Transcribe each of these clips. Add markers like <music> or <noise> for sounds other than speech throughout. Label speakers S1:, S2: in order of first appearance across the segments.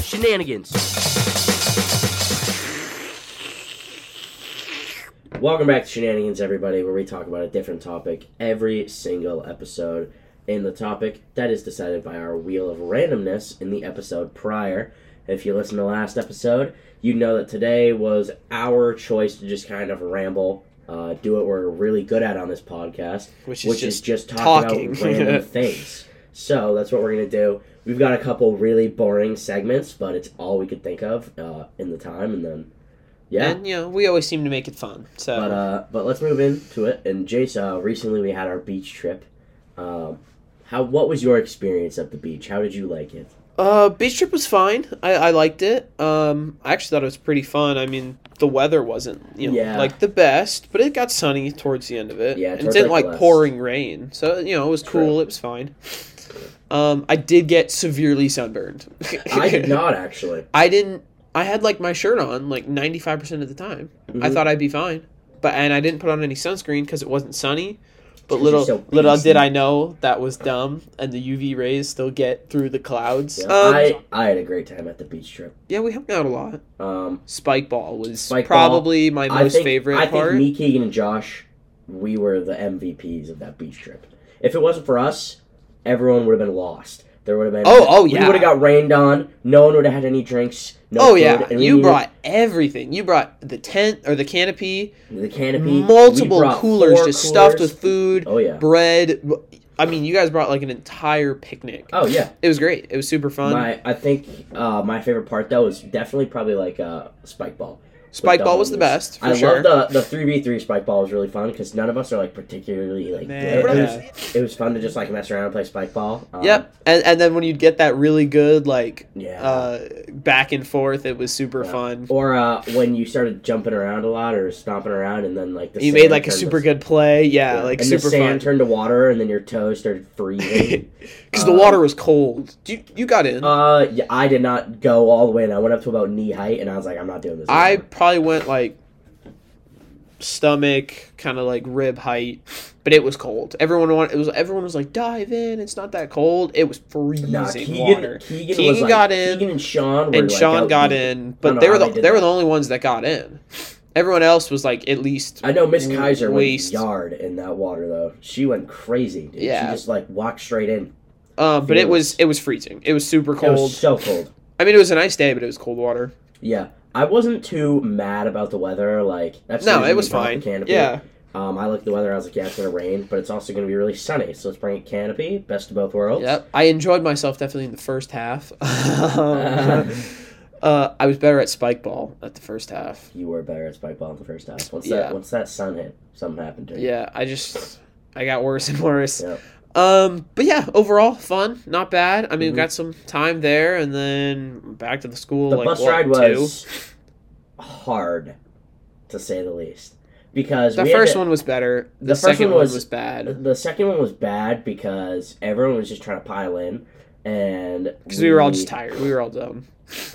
S1: Shenanigans. Welcome back to Shenanigans, everybody, where we talk about a different topic every single episode. In the topic that is decided by our wheel of randomness in the episode prior. If you listen to last episode, you know that today was our choice to just kind of ramble, uh, do what we're really good at on this podcast,
S2: Which is
S1: which
S2: just
S1: is just talk
S2: talking. <laughs>
S1: about random things. So that's what we're gonna do. We've got a couple really boring segments, but it's all we could think of uh, in the time, and then yeah.
S2: And you know, we always seem to make it fun. So
S1: But uh, but let's move into it. And Jace, uh, recently we had our beach trip. Um, how what was your experience at the beach? How did you like it?
S2: Uh, beach trip was fine. I, I liked it. Um, I actually thought it was pretty fun. I mean, the weather wasn't you know
S1: Yeah.
S2: like the best, but it got sunny towards the end of it.
S1: Yeah,
S2: and it
S1: towards,
S2: didn't
S1: like,
S2: like,
S1: the last-
S2: pouring rain, so you know it was
S1: True.
S2: cool. It was fine. Um, I did get severely sunburned.
S1: I
S2: <laughs>
S1: did not actually.
S2: I didn't. I had like my shirt on like ninety five percent of the time. I
S1: Mhm.
S2: thought I'd be fine, but and I didn't put on any sunscreen because it wasn't sunny. But
S1: 'Cause you're
S2: little
S1: so
S2: little
S1: beastly.
S2: did I know that was dumb, and the UV rays still get through the clouds.
S1: Yeah,
S2: um,
S1: I I had a great time at the beach trip.
S2: yeah, we hung out a lot.
S1: Um,
S2: Spike ball was
S1: Spike ball.
S2: probably my
S1: I
S2: most
S1: think
S2: favorite
S1: I
S2: part.
S1: think me, Keegan, and Josh, we were the MVPs of that beach trip. If it wasn't for us, everyone would have been lost. There would have been
S2: Oh, oh,
S1: we
S2: yeah.
S1: would have got rained on. No one would have had any drinks. No
S2: oh
S1: food,
S2: yeah,
S1: and we
S2: you
S1: needed
S2: brought everything. You brought the tent or the canopy,
S1: the canopy, We
S2: multiple
S1: brought
S2: coolers
S1: four
S2: just stuffed
S1: coolers.
S2: with food,
S1: Oh yeah.
S2: bread. I mean, you guys brought like an entire picnic.
S1: Oh yeah.
S2: It was great. It was super fun.
S1: My um, I think uh, my favorite part though was definitely probably like uh, spike ball. with
S2: Spike ball
S1: double
S2: was the
S1: moves.
S2: best for
S1: I
S2: sure.
S1: love the the three v three spike ball was really fun because none of us are like particularly like
S2: Man.
S1: good. It was, it was fun to just like mess around and play spike ball. Um,
S2: Yep, and and then when you'd get that really good like
S1: Yeah.
S2: uh, back and forth, it was super
S1: Yeah.
S2: fun.
S1: or uh, when you started jumping around a lot or stomping around and then like the
S2: You
S1: sand
S2: made like a
S1: turned
S2: super
S1: to-
S2: good play, yeah,
S1: yeah,
S2: like
S1: and
S2: super
S1: the sand
S2: fun
S1: turned to water and then your toes started
S2: <laughs>
S1: freezing.
S2: because the water was cold. Do You you got in.
S1: uh, yeah, I did not go all the way and I went up to about knee height and I was like, I'm not doing this.
S2: I
S1: anymore.
S2: probably went like stomach, kind of like rib height, but it was cold. Everyone wanted, it was everyone was like dive in. It's not that cold. It was freezing
S1: Nah, Keegan,
S2: water.
S1: Keegan, was,
S2: Keegan
S1: like-
S2: got in,
S1: Keegan and Sean were
S2: and
S1: like,
S2: Sean
S1: out
S2: got
S1: deep.
S2: in, but
S1: know
S2: they
S1: how
S2: were the,
S1: they
S2: they,
S1: did
S2: were
S1: that.
S2: the only ones that got in. Everyone else was like at least
S1: I know Miss Kaiser
S2: Mm, waste.
S1: went yard in that water though. She went crazy. Dude.
S2: Yeah.
S1: she just like walked straight in.
S2: Um, but it was
S1: Fearless.
S2: it was freezing. It was super
S1: It
S2: cold.
S1: was so cold.
S2: I mean, it was a nice day, but it was cold water.
S1: Yeah, I wasn't too mad about the weather. Like that's the
S2: No,
S1: reason
S2: it was
S1: we brought
S2: fine.
S1: The canopy.
S2: Yeah,
S1: Um, I looked at the weather. I was like, yeah, it's gonna rain, but it's also gonna be really sunny. So let's bring a canopy. Best of both worlds.
S2: yep. I enjoyed myself definitely in the first half. <laughs> uh, I was better at spike ball at the first half.
S1: <laughs> You were better at spike ball in the first half. Once
S2: Yeah.
S1: that once that sun hit, something happened to you.
S2: Yeah, I just I got worse and worse.
S1: Yep.
S2: Um, but yeah, overall fun, not bad. I mean,
S1: Mhm.
S2: we got some time there, and then back to the school.
S1: The
S2: like,
S1: bus
S2: what,
S1: ride
S2: two?
S1: was hard, to say the least. Because
S2: The
S1: we had
S2: first
S1: to-
S2: one was better. The,
S1: The first
S2: second
S1: one
S2: one
S1: was-
S2: was bad
S1: The second one was bad because everyone was just trying to pile in, and
S2: because we were all just tired. We were all done.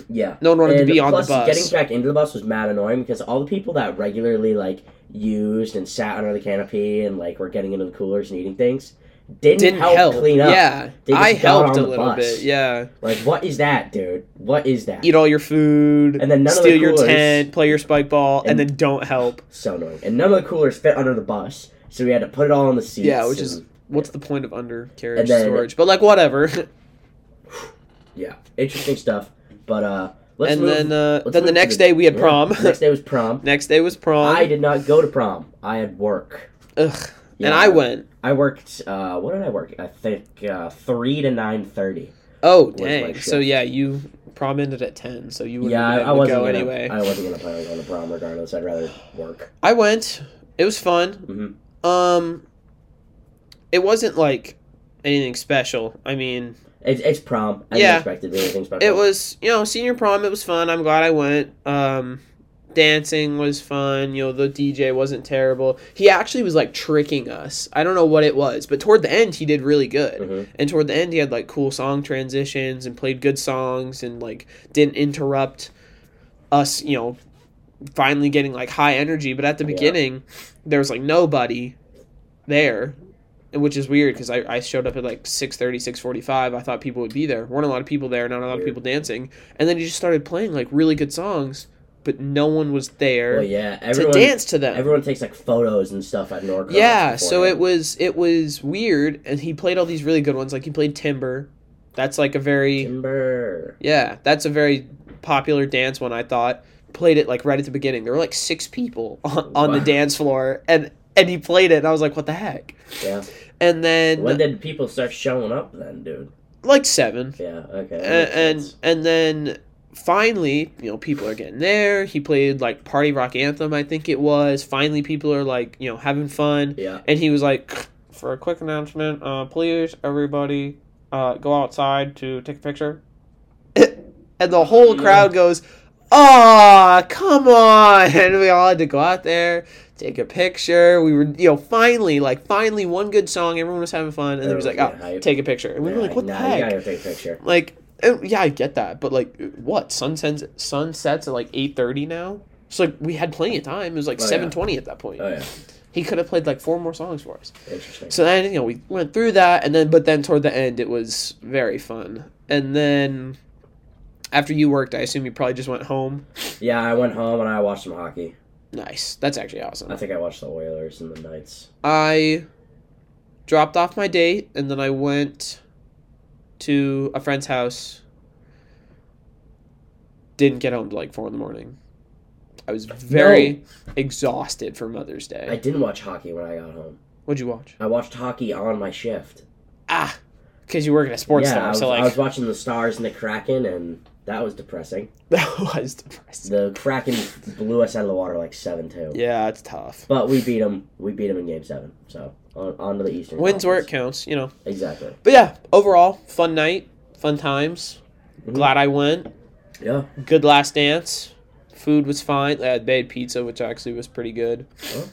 S1: Yeah,
S2: No one wanted
S1: And
S2: to be on the
S1: plus,
S2: bus.
S1: Getting back into the bus was mad annoying because all the people that regularly like used and sat under the canopy and like were getting into the coolers and eating things didn't,
S2: didn't
S1: help,
S2: help.
S1: clean up.
S2: Yeah,
S1: They just
S2: I
S1: got
S2: helped
S1: on
S2: a
S1: the
S2: little
S1: bus.
S2: bit. Yeah,
S1: Like, what is that, dude? What is that?
S2: eat all your food,
S1: And then none of the
S2: steal your
S1: coolers.
S2: tent, play your spike ball, and,
S1: And-
S2: then don't help.
S1: so annoying. And none of the coolers fit under the bus, so we had to put it all on the seats.
S2: Yeah, which is
S1: and-
S2: what's the point of undercarriage
S1: And then-
S2: storage? But
S1: <laughs>
S2: like whatever.
S1: yeah, interesting stuff. But uh, let's
S2: and
S1: move.
S2: then uh,
S1: let's
S2: then the
S1: move to
S2: next day we had
S1: yeah,
S2: prom. <laughs>
S1: next day was prom.
S2: next day was prom.
S1: I did not go to prom. I had work.
S2: Ugh.
S1: Yeah.
S2: And I went.
S1: I worked. Uh, what did I work? I think uh, three to nine thirty.
S2: Oh
S1: my
S2: dang! So
S1: shift.
S2: yeah, you prom ended at ten, so you wouldn't
S1: Yeah, I, I
S2: have been able to
S1: wasn't
S2: go
S1: gonna,
S2: anyway.
S1: I wasn't gonna plan on going to prom regardless. I'd rather work.
S2: I went. It was fun. Um, it wasn't like anything special. I mean,
S1: It's, it's prom. I didn't
S2: Yeah.
S1: expect it to be anything special.
S2: it was you know senior prom it was fun i'm glad i went um dancing was fun you know the dj wasn't terrible he actually was like tricking us i don't know what it was but toward the end he did really good
S1: Mhm.
S2: and toward the end he had like cool song transitions and played good songs and like didn't interrupt us you know finally getting like high energy but at the
S1: Yeah.
S2: beginning there was like nobody there and which is weird because I, I showed up at like 6.30 6.45 i thought people would be there weren't a lot of people there not a lot of
S1: Weird.
S2: people dancing and then he just started playing like really good songs but no one was there
S1: Well, yeah,
S2: to
S1: everyone
S2: dance to them
S1: everyone takes like photos and stuff at Norcross.
S2: yeah so it
S1: beforehand.
S2: was it was weird and he played all these really good ones like he played timber that's like a very
S1: Timber.
S2: yeah that's a very popular dance one i thought played it like right at the beginning there were like six people <laughs> on, on the
S1: Wow.
S2: dance floor and and he played it and i was like what the heck
S1: Yeah.
S2: and then
S1: When did people start showing up then, dude?
S2: like seven
S1: Yeah. Okay. that
S2: and,
S1: makes
S2: and and then finally you know people are getting there he played like party rock anthem i think it was finally people are like you know having fun
S1: sense. yeah.
S2: and he was like for a quick announcement uh, please everybody uh, go outside to take a picture <coughs> and the whole
S1: Yeah.
S2: crowd goes ah come on <laughs> and we all had to go out there take a picture we were you know finally like finally one good song everyone was having fun and there was like
S1: Everyone's getting
S2: oh
S1: hype.
S2: take a picture and we were
S1: Yeah,
S2: like what the
S1: nah,
S2: heck
S1: You gotta take a picture.
S2: like and, yeah i get that but like what sun sets sun sets at like 8.30 now so like we had plenty of time it was like
S1: Oh, yeah.
S2: 7.20 at that point
S1: Oh yeah.
S2: he could have played like four more songs for us
S1: Interesting.
S2: so then you know we went through that and then but then toward the end it was very fun and then after you worked i assume you probably just went home
S1: Yeah, I went home and I watched some hockey.
S2: nice that's actually awesome
S1: I think I watched the Oilers and the Knights.
S2: I dropped off my date and then I went to a friend's house. Didn't get home till like four in the morning. I was very exhausted for Mother's Day.
S1: I didn't watch hockey when I got home.
S2: What'd you watch?
S1: I watched hockey on my shift.
S2: Ah, because you work at a sports
S1: yeah,
S2: store.
S1: I was,
S2: so like
S1: I was watching the Stars and the Kraken, and that was depressing.
S2: <laughs> that was depressing.
S1: The Kraken blew us out of the water like seven two.
S2: Yeah, it's tough.
S1: But we beat them. We beat them in Game Seven. So on, on to the Eastern.
S2: Wins where it
S1: Conference.
S2: counts, you know.
S1: Exactly.
S2: But yeah, overall, fun night, fun times.
S1: Mhm.
S2: Glad I went.
S1: Yeah.
S2: Good last dance. Food was fine. They had made pizza, which actually was pretty good.
S1: Oh.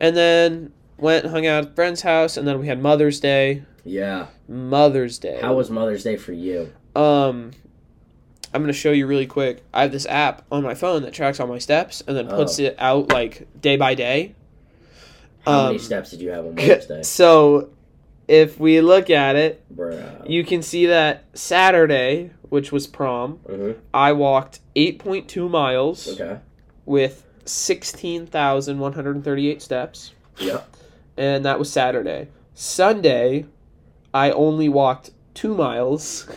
S2: And then went and hung out at a friend's house, and then we had Mother's Day.
S1: Yeah.
S2: Mother's Day.
S1: How was Mother's Day for you?
S2: um? I'm gonna show you really quick. I have this app on my phone that tracks all my steps and then puts
S1: Oh.
S2: it out like day by day.
S1: How
S2: Um,
S1: many
S2: <laughs>
S1: steps did you have on Mother's Day?
S2: So, if we look at it,
S1: Bruh.
S2: you can see that Saturday, which was prom,
S1: Mhm.
S2: I walked 8.2 miles.
S1: Okay.
S2: with 16,138 steps,
S1: Yeah.
S2: and that was Saturday. Sunday, I only walked two miles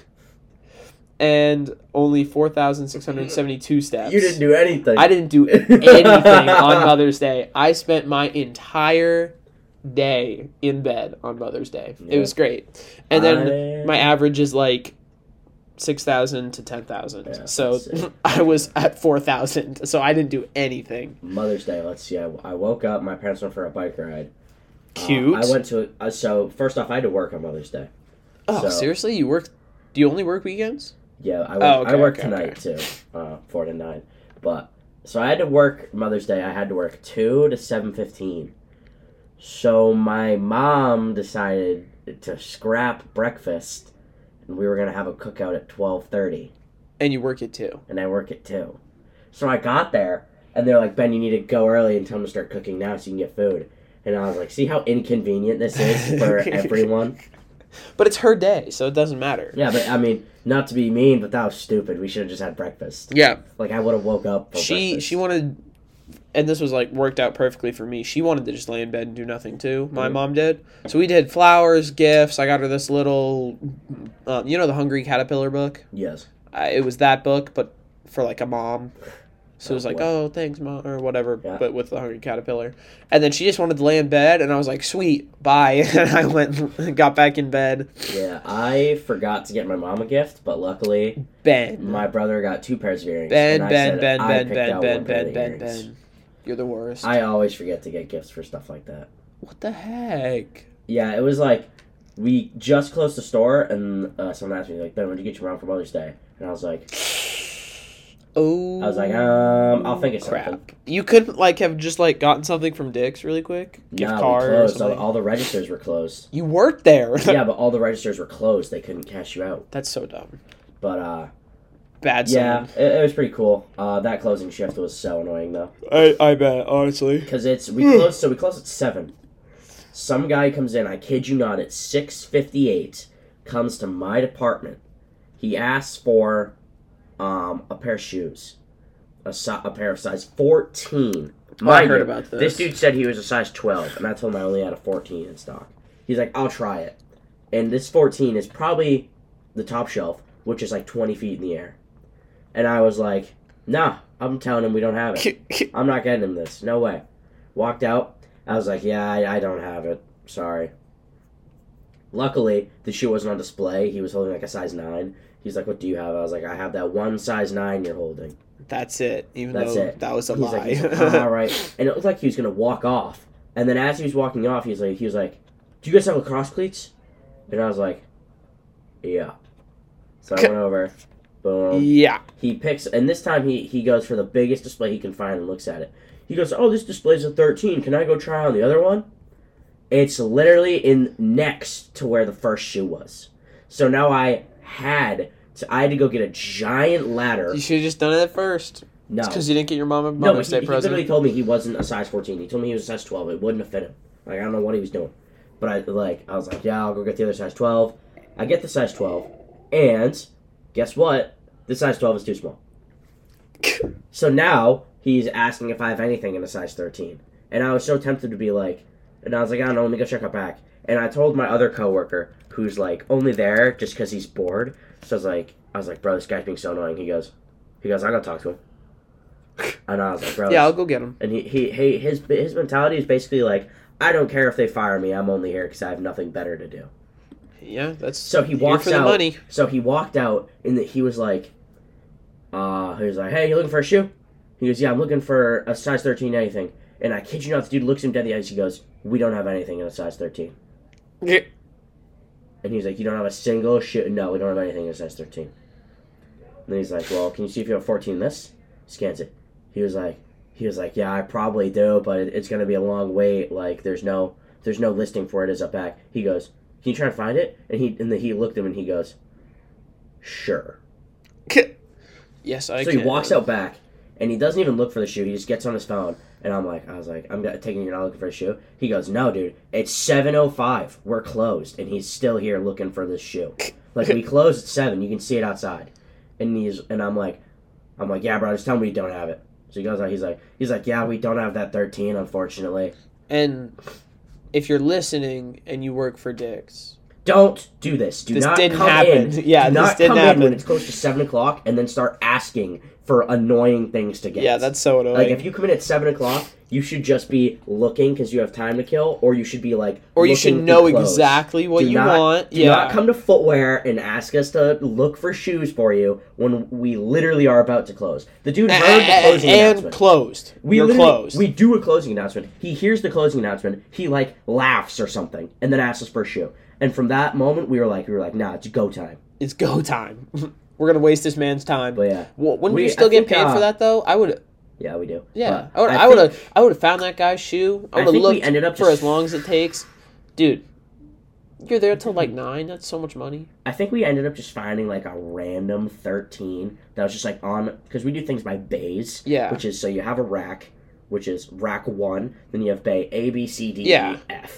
S2: <laughs> and only 4,672 steps.
S1: You didn't do anything.
S2: I didn't
S1: <laughs>
S2: do anything on Mother's Day. I spent my entire day in bed on Mother's Day. It
S1: Yeah.
S2: was great. And then
S1: I-
S2: my average is like six thousand to ten thousand.
S1: Yeah,
S2: so
S1: that's it.
S2: <laughs> I was at four thousand. So I didn't do anything.
S1: Mother's Day. Let's see. I, I woke up. My parents went for a bike ride. Uh,
S2: Cute.
S1: I went to. Uh, so first off, I had to work on Mother's Day.
S2: oh,
S1: so-
S2: seriously? You work? Do you only work weekends?
S1: Yeah, I work.
S2: Oh, okay,
S1: I work
S2: okay,
S1: tonight too, uh, four to nine. But so I had to work Mother's Day. I had to work two to seven fifteen. So my mom decided to scrap breakfast, and we were gonna have a cookout at twelve thirty.
S2: And you work it too.
S1: and I work at two. So I got there, and they're like, Ben, you need to go early and tell them to start cooking now so you can get food. And I was like, see how inconvenient this
S2: <laughs>
S1: is for everyone?
S2: But it's her day, so it doesn't matter.
S1: Yeah, but I mean, not to be mean, but that was stupid. We should have just had breakfast.
S2: Yeah.
S1: Like, I would have woke up. For
S2: She
S1: breakfast.
S2: she wanted, and this was like worked out perfectly for me. She wanted to just lay in bed and do nothing too. My
S1: Mhm.
S2: mom did. So we did flowers, gifts. I got her this little, um, you know, the Hungry Caterpillar book.
S1: Yes.
S2: I, it was that book, but for like a mom. So it was like,
S1: boy.
S2: oh, thanks, mom, or whatever,
S1: Yeah.
S2: but with the Hungry Caterpillar. And then she just wanted to lay in bed, and I was like, sweet, bye. <laughs> And I went and got back in bed.
S1: Yeah, I forgot to get my mom a gift, but luckily,
S2: Ben.
S1: my brother got two pairs of earrings.
S2: Mm-hmm. ben,
S1: and I
S2: ben,
S1: said
S2: ben,
S1: I
S2: ben,
S1: picked
S2: ben,
S1: out
S2: ben,
S1: one pair of
S2: ben,
S1: the
S2: ben,
S1: earrings.
S2: ben. You're the worst.
S1: I always forget to get gifts for stuff like that.
S2: what the heck?
S1: Yeah, it was like we just closed the store, and uh, someone asked me like, "Ben, what did you get your mom for Mother's Day?" And I was like,
S2: Oh.
S1: "I was like, um, I'll think of something."
S2: You couldn't, like, have just, like, gotten something from Dick's really quick? Gift
S1: No, we
S2: card or
S1: closed. All,
S2: something?
S1: all the registers were
S2: <laughs>
S1: closed.
S2: you weren't there.
S1: yeah, but all the registers were closed. They couldn't cash you out.
S2: That's so dumb.
S1: But uh,
S2: Bad
S1: yeah,
S2: sign.
S1: it, it was pretty cool. Uh, that closing shift was so annoying though, <laughs>
S2: I, I bet, honestly.
S1: because it's we closed. So we closed at seven. Some guy comes in, I kid you not, at 6:58, comes to my department. He asks for um, a pair of shoes, a, si- a pair of size 14.
S2: Oh, I
S1: Mind
S2: heard
S1: you,
S2: about this.
S1: This dude said he was a size 12, and I told him I only had a 14 in stock. He's like, I'll try it. And this 14 is probably the top shelf, which is like 20 feet in the air. And I was like, nah, I'm telling him we don't have it. I'm not getting him this. No way. Walked out. I was like, yeah, I, I don't have it. Sorry. Luckily, the shoe wasn't on display. He was holding like a size 9. He's like, what do you have? I was like, I have that one size 9 you're holding.
S2: That's it. Even
S1: That's
S2: though
S1: it.
S2: that was a
S1: He's
S2: lie.
S1: like, he's like,
S2: <laughs>
S1: "Ah, all right. And it looked like he was going to walk off. And then as he was walking off, he was like, he was like, do you guys have lacrosse cleats? And I was like, yeah. So I went over. Boom
S2: yeah.
S1: he picks and this time he he goes for the biggest display he can find and looks at it he goes oh this display's a 13 can i go try on the other one it's literally in next to where the first shoe was so now i had to i had to go get a giant ladder
S2: You should have just done it at first.
S1: no
S2: because you didn't get your mom a
S1: no
S2: Mother's
S1: he,
S2: Day
S1: he
S2: present.
S1: literally told me he wasn't a size 14 he told me he was a size 12 it wouldn't have fit him like i don't know what he was doing but i like i was like yeah i'll go get the other size 12 i get the size 12 and guess what the size 12 is too small So now he's asking if I have anything in a size 13. And I was so tempted to be like, and I was like, I don't know, let me go check out back. And I told my other coworker, who's like only there just because he's bored. So I was like, I was like, bro, this guy's being so annoying. He goes, he goes, I gotta talk to him. And I was like, bro,
S2: yeah, I'll go get him.
S1: and he, he, he his his mentality is basically like, I don't care if they fire me. I'm only here because I have nothing better to do.
S2: Yeah, that's
S1: So he
S2: here
S1: walks
S2: for the
S1: out.
S2: <laughs> money.
S1: So he walked out, and the, he was like, uh, he was like, hey, you looking for a shoe? He goes, yeah, I'm looking for a size 13 anything. And I kid you not, the dude looks him dead in the eyes. He goes, we don't have anything in a size 13. And he's like, you don't have a single shoe? No, we don't have anything in a size 13. And then he's like, well, can you see if you have 14 in this? Scans it. He was like, he was like, yeah, I probably do, but it, it's gonna be a long wait. Like, there's no, there's no listing for it as up back. He goes, can you try and find it? And he, and then he looked at him and he goes, sure.
S2: Yes, I.
S1: So he
S2: can.
S1: walks out back, and he doesn't even look for the shoe. He just gets on his phone, and I'm like, I was like, I'm not- taking you're not looking for a shoe. He goes, No, dude, it's 7:05. We're closed, and he's still here looking for this shoe. Like we close at seven. You can see it outside, and he's and I'm like, I'm like, yeah, bro, just tell me you don't have it. So he goes out. He's like, he's like, yeah, we don't have that 13, unfortunately.
S2: And if you're listening and you work for Dix,
S1: Don't do this. Do
S2: This
S1: not
S2: didn't
S1: come
S2: happen.
S1: in.
S2: <laughs> Yeah,
S1: do
S2: this
S1: not
S2: didn't
S1: come in
S2: happen.
S1: when it's close to seven o'clock, and then start asking for annoying things to get.
S2: yeah, that's so annoying.
S1: Like if you come in at seven o'clock, you should just be looking because you have time to kill, or you should be like,
S2: or you should
S1: looking
S2: know
S1: for clothes.
S2: exactly what
S1: Do
S2: you
S1: not-
S2: want.
S1: Do
S2: yeah.
S1: not come to footwear and ask us to look for shoes for you when we literally are about to close. The dude
S2: A-
S1: heard the
S2: a-
S1: closing
S2: and
S1: announcement.
S2: closed.
S1: we
S2: You're
S1: literally-
S2: closed.
S1: We do a closing announcement. He hears the closing announcement. He like laughs or something, and then asks us for a shoe. And from that moment, we were like, we were like, nah, it's go time.
S2: it's go time. <laughs> We're gonna waste this man's time.
S1: But yeah,
S2: Wh- wouldn't
S1: We-
S2: you still
S1: I
S2: get
S1: think,
S2: paid
S1: uh,
S2: for that though? I would.
S1: yeah, we do.
S2: Yeah,
S1: But
S2: I would. I would
S1: think-
S2: have. I would have found that guy's shoe. I
S1: I
S2: would have
S1: think we
S2: looked
S1: ended up
S2: for
S1: just-
S2: as long as it takes, dude. You're there till like nine. That's so much money.
S1: I think we ended up just finding like a random 13 that was just like on because we do things by bays.
S2: Yeah.
S1: Which is so you have a rack, which is rack one, then you have bay A, B, C, D, E, F.
S2: Yeah.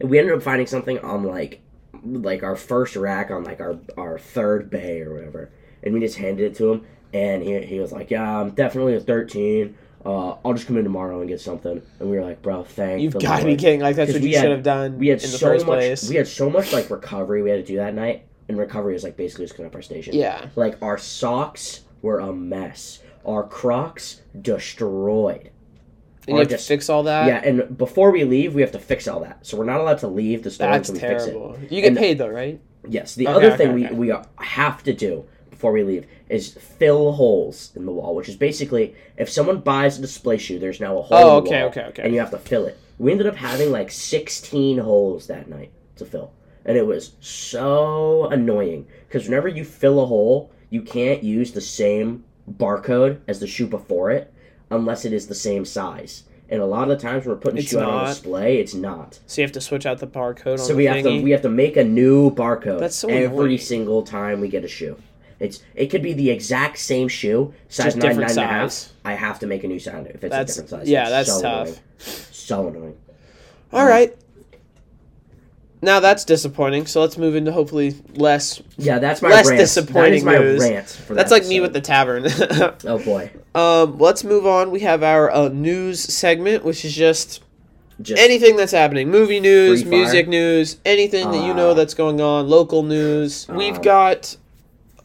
S1: And we ended up finding something on like like our first rack on like our our third bay or whatever. And we just handed it to him and he, he was like, Yeah, I'm definitely a 13. Uh, I'll just come in tomorrow and get something. And we were like, Bro, thank
S2: You've
S1: the
S2: got to be
S1: Lord."
S2: kidding! Like that's
S1: 'Cause
S2: what
S1: we
S2: you
S1: had-
S2: should have done.
S1: we had
S2: in the
S1: so
S2: first
S1: much
S2: place.
S1: we had so much like recovery we had to do that night and recovery was like basically just clean up our station
S2: yeah,
S1: like our socks were a mess our crocs destroyed
S2: and you
S1: Or
S2: have to
S1: just-
S2: fix all that.
S1: yeah and before we leave we have to fix all that so we're not allowed to leave the store
S2: that's
S1: until we fix
S2: terrible. You get
S1: And-
S2: paid though, right?
S1: it yes the
S2: Okay,
S1: other
S2: okay,
S1: thing
S2: okay.
S1: we we have to do before we leave is fill holes in the wall which is basically if someone buys a display shoe there's now a hole
S2: Oh,
S1: in the
S2: okay,
S1: wall,
S2: okay, okay.
S1: and you have to fill it we ended up having like 16 holes that night to fill and it was so annoying because whenever you fill a hole you can't use the same barcode as the shoe before it unless it is the same size and a lot of the times when we're putting a
S2: It's
S1: shoe out on
S2: not.
S1: display it's not
S2: So you have to switch out the barcode on
S1: so
S2: the
S1: we have
S2: thingy.
S1: to we have to make a new barcode
S2: That's so
S1: every
S2: annoying.
S1: single time we get a shoe. It's it could be the exact same shoe, size
S2: Just
S1: nine, nine
S2: different
S1: and a half.
S2: size.
S1: I have to make a new sound if it's
S2: That's
S1: a different size.
S2: yeah,
S1: It's
S2: that's
S1: so
S2: tough.
S1: Annoying. So annoying.
S2: All right. Now that's disappointing. So let's move into hopefully less.
S1: Yeah, that's my
S2: Less
S1: rant. that is
S2: disappointing
S1: my
S2: news.
S1: rant. For
S2: That's
S1: the
S2: like me with the tavern. <laughs>
S1: episode. Oh boy,
S2: um, let's move on. We have our uh, news segment, which is just
S1: just
S2: anything that's happening movie news,
S1: Free fire.
S2: music news, anything that you
S1: Uh,
S2: know that's going on, local news.
S1: uh,
S2: We've got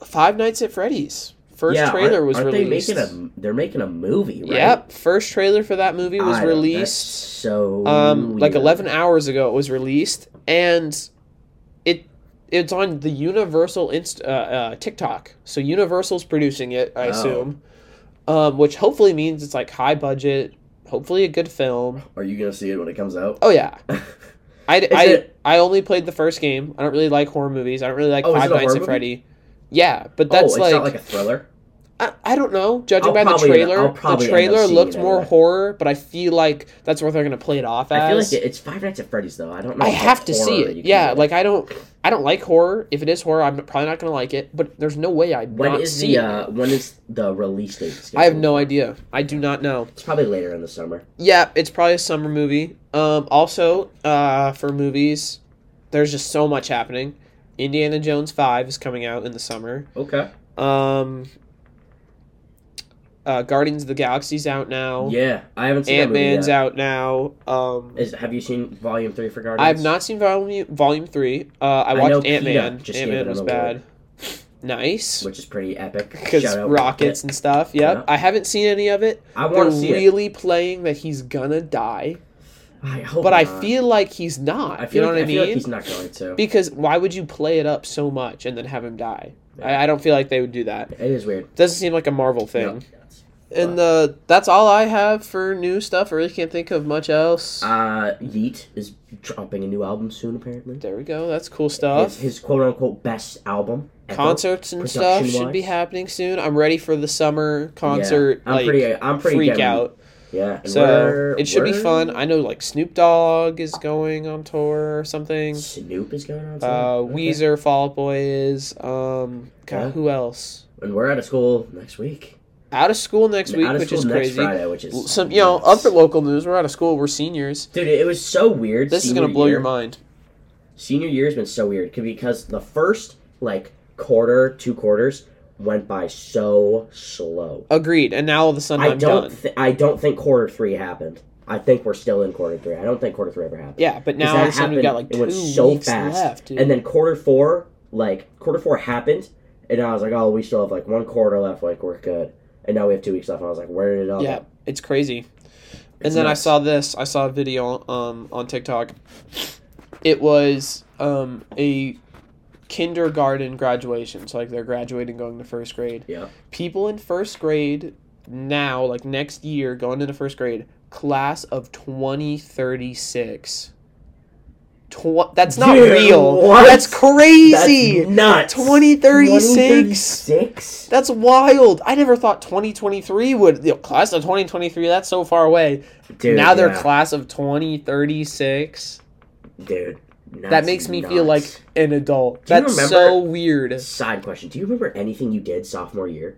S2: Five Nights at Freddy's. First
S1: yeah,
S2: trailer
S1: aren't,
S2: was
S1: aren't
S2: released.
S1: They making a, they're making a movie, right?
S2: Yep, first trailer for that movie was
S1: I don't- that's
S2: released.
S1: so
S2: um like
S1: weird.
S2: 11 hours ago it was released and it it's on the universal inst- uh, uh, tiktok so universal's producing it i
S1: Oh.
S2: assume um, which hopefully means it's like high budget hopefully a good film
S1: Are you gonna see it when it comes out? <laughs>
S2: oh yeah I, I,
S1: it-
S2: I only played the first game i don't really like horror movies i don't really like
S1: Oh, is
S2: Five
S1: it a
S2: nights
S1: horror
S2: at
S1: movie?
S2: freddy yeah but
S1: oh,
S2: that's
S1: it's
S2: like,
S1: not like a thriller.
S2: I, I don't know judging
S1: I'll
S2: by the
S1: probably- I'll
S2: trailer
S1: probably
S2: the
S1: end up
S2: trailer
S1: seeing
S2: looked
S1: it
S2: more
S1: anyway.
S2: horror but i feel like that's what they're going to play it off as
S1: I feel like it, it's Five Nights at Freddy's though. I don't know.
S2: I
S1: if
S2: have to
S1: it's
S2: see
S1: horror
S2: it.
S1: you can
S2: Yeah,
S1: do
S2: like I don't, I don't like horror. If it is horror, I'm probably not gonna like it. But there's no way I
S1: when
S2: not
S1: is
S2: see
S1: the
S2: it.
S1: uh, when is the release date?
S2: I have
S1: scheduled?
S2: no idea. I do not know.
S1: It's probably later in the summer.
S2: Yeah, it's probably a summer movie. Um, also, uh, for movies, there's just so much happening. Indiana Jones Five is coming out in the summer.
S1: Okay.
S2: Um, uh, Guardians of the Galaxy's out now.
S1: Yeah, I haven't seen
S2: Ant
S1: that movie
S2: Man's
S1: yet.
S2: out now. Um,
S1: Is, have you seen Volume Three for Guardians?
S2: I have not seen volume volume three. Uh, I
S1: I know
S2: watched
S1: PETA
S2: Ant Man.
S1: just
S2: Ant
S1: gave it
S2: Man
S1: an
S2: was
S1: award.
S2: bad. Nice,
S1: which is pretty epic.
S2: because
S1: Shout out
S2: rockets and stuff. Yep,
S1: Yeah.
S2: I haven't seen any of it.
S1: I
S2: They're
S1: want to see it.
S2: really playing that he's gonna die,
S1: I hope
S2: Mm. but I
S1: not.
S2: feel like he's not.
S1: Oh I feel
S2: you know
S1: like,
S2: what I
S1: I
S2: mean?
S1: feel like he's not going to.
S2: because why would you play it up so much and then have him die?
S1: Yeah.
S2: I, I don't feel like they would do that.
S1: It is weird.
S2: Doesn't seem like a Marvel
S1: No.
S2: thing. And the that's all I have for new stuff. I really can't think of much else.
S1: Uh, Yeet is dropping a new album soon, apparently.
S2: there we go. That's cool
S1: His,
S2: stuff.
S1: his quote unquote best album. ever.
S2: concerts and stuff should be
S1: production-wise.
S2: happening soon. I'm ready for the summer
S1: Yeah,
S2: concert
S1: I'm
S2: like
S1: pretty. I'm pretty.
S2: freak
S1: getting-
S2: out.
S1: Yeah. and
S2: So
S1: we're-
S2: it should be
S1: we're-
S2: fun. I know like Snoop Dogg is going on tour or something.
S1: Snoop is going on.
S2: Uh,
S1: tour? Okay.
S2: Weezer, Fall Out Boy is. Um, God,
S1: Yeah.
S2: who else?
S1: And we're out of school next week.
S2: Out of school next week,
S1: out of
S2: which
S1: school
S2: is
S1: next
S2: crazy.
S1: Friday, which is
S2: Some you know
S1: nuts.
S2: other local news. We're out of school. We're seniors.
S1: Dude, it was so weird.
S2: This is
S1: senior
S2: gonna blow
S1: year.
S2: your mind.
S1: Senior year has been so weird c- because the first like quarter, two quarters went by so slow.
S2: Agreed. And now all of a sudden
S1: I
S2: am
S1: don't.
S2: done.
S1: Th- I don't think quarter three happened. I think we're still in quarter three. I don't think quarter three ever happened.
S2: Yeah, but
S1: 'Cause
S2: now all of a sudden we've got like
S1: it
S2: two
S1: went so
S2: weeks
S1: fast.
S2: left, dude.
S1: And then quarter four, like quarter four happened, and I was like, oh, we still have like one quarter left. Like we're good. And now we have two weeks left. And I was like, where did it all?
S2: Yeah,
S1: go?
S2: it's crazy.
S1: It's
S2: and then
S1: nuts.
S2: I saw this. I saw a video um, on TikTok. It was um, a kindergarten graduation. So, like, they're graduating going to first grade.
S1: Yeah.
S2: People in first grade now, like next year, going into first grade, class of 2036. Tw- that's not
S1: Dude,
S2: real.
S1: what?
S2: That's crazy.
S1: That's nuts.
S2: 2036.
S1: 2036?
S2: That's wild. I never thought 2023 would you know, class of 2023. That's so far away.
S1: Dude,
S2: now they're
S1: yeah.
S2: class of 2036.
S1: Dude,
S2: that
S1: that's
S2: makes me feel like
S1: nuts.
S2: an adult.
S1: Do you
S2: That's
S1: remember-
S2: so weird.
S1: Side question: Do you remember anything you did sophomore year?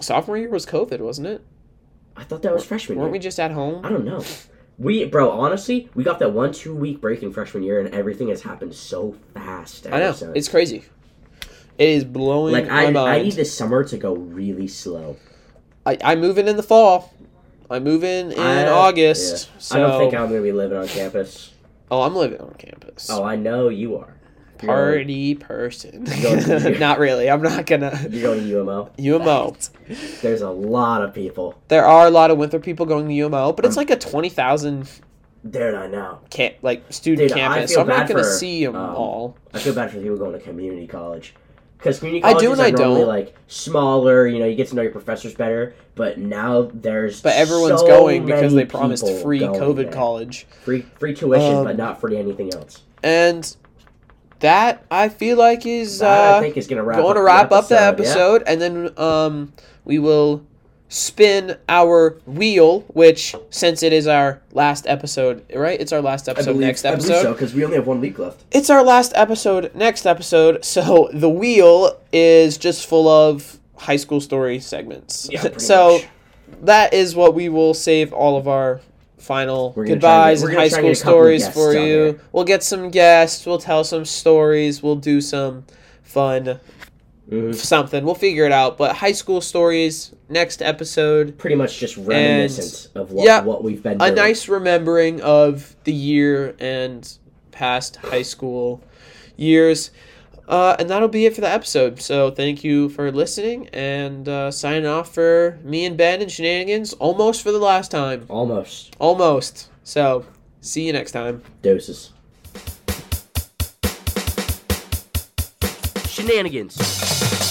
S2: Sophomore year was COVID, wasn't it?
S1: I thought that was freshman year.
S2: Weren't we just at
S1: I
S2: home?
S1: don't know. We, bro, honestly, we got that one two week break in freshman year, and everything has happened so fast.
S2: I know.
S1: ever since.
S2: It's crazy. It is blowing
S1: like
S2: my
S1: I, I
S2: mind.
S1: need this summer to go really slow.
S2: I, I move in in the fall. I move in in
S1: I-
S2: August.
S1: yeah.
S2: So,
S1: I don't think I'm gonna be living on campus.
S2: oh, I'm living on campus.
S1: Oh, I know you are. You're-
S2: Party
S1: <laughs>
S2: person.
S1: You're going-
S2: <laughs> Not really. I'm not
S1: You're <laughs>
S2: gonna.
S1: going to UMO.
S2: UMO.
S1: There's a lot of people,
S2: There are a lot of Winthrop people going to UMO, but it's
S1: Mm.
S2: like a twenty thousand
S1: dude. I know.
S2: camp like student
S1: Dude, I
S2: campus.
S1: feel
S2: So I'm not
S1: bad
S2: going to
S1: for,
S2: see them
S1: um,
S2: all.
S1: I feel bad for people going to community college. Because community
S2: I do
S1: colleges
S2: and I
S1: are normally
S2: don't.
S1: like smaller, you know, you get to know your professors better. But now there's
S2: But everyone's
S1: so
S2: going because
S1: many
S2: they promised
S1: people
S2: free
S1: going
S2: COVID
S1: there.
S2: college,
S1: free free tuition,
S2: Um,
S1: but not free anything else.
S2: and that I feel like is
S1: That, I
S2: uh,
S1: think is gonna wrap
S2: going
S1: up
S2: to wrap
S1: the
S2: up
S1: episode,
S2: the
S1: yeah.
S2: episode, and then um, we will spin our wheel, which since it is our last episode, right? It's our last
S1: I
S2: episode.
S1: believe
S2: Next episode.
S1: because we only have one week left.
S2: it's our last episode next episode <laughs> so the wheel is just full of high <laughs> school story segments
S1: Yeah, pretty
S2: so
S1: much.
S2: that is what we will save all of our final
S1: We're gonna try
S2: goodbyes
S1: and get- we're
S2: and
S1: gonna
S2: high
S1: try and
S2: school
S1: get a couple of
S2: stories
S1: guests
S2: for
S1: on
S2: you.
S1: there.
S2: We'll get some guests. We'll tell some stories. We'll do some fun
S1: Mhm.
S2: something. We'll figure it out. But high school stories next episode.
S1: Pretty much just reminiscent of what,
S2: yeah,
S1: what we've been
S2: a
S1: doing.
S2: nice remembering of the year and past high school years. Uh, and that'll be it for the episode. So thank you for listening and uh, signing off for me and Ben and shenanigans almost for the last time.
S1: Almost.
S2: Almost. So see you next time.
S1: Doses. Shenanigans.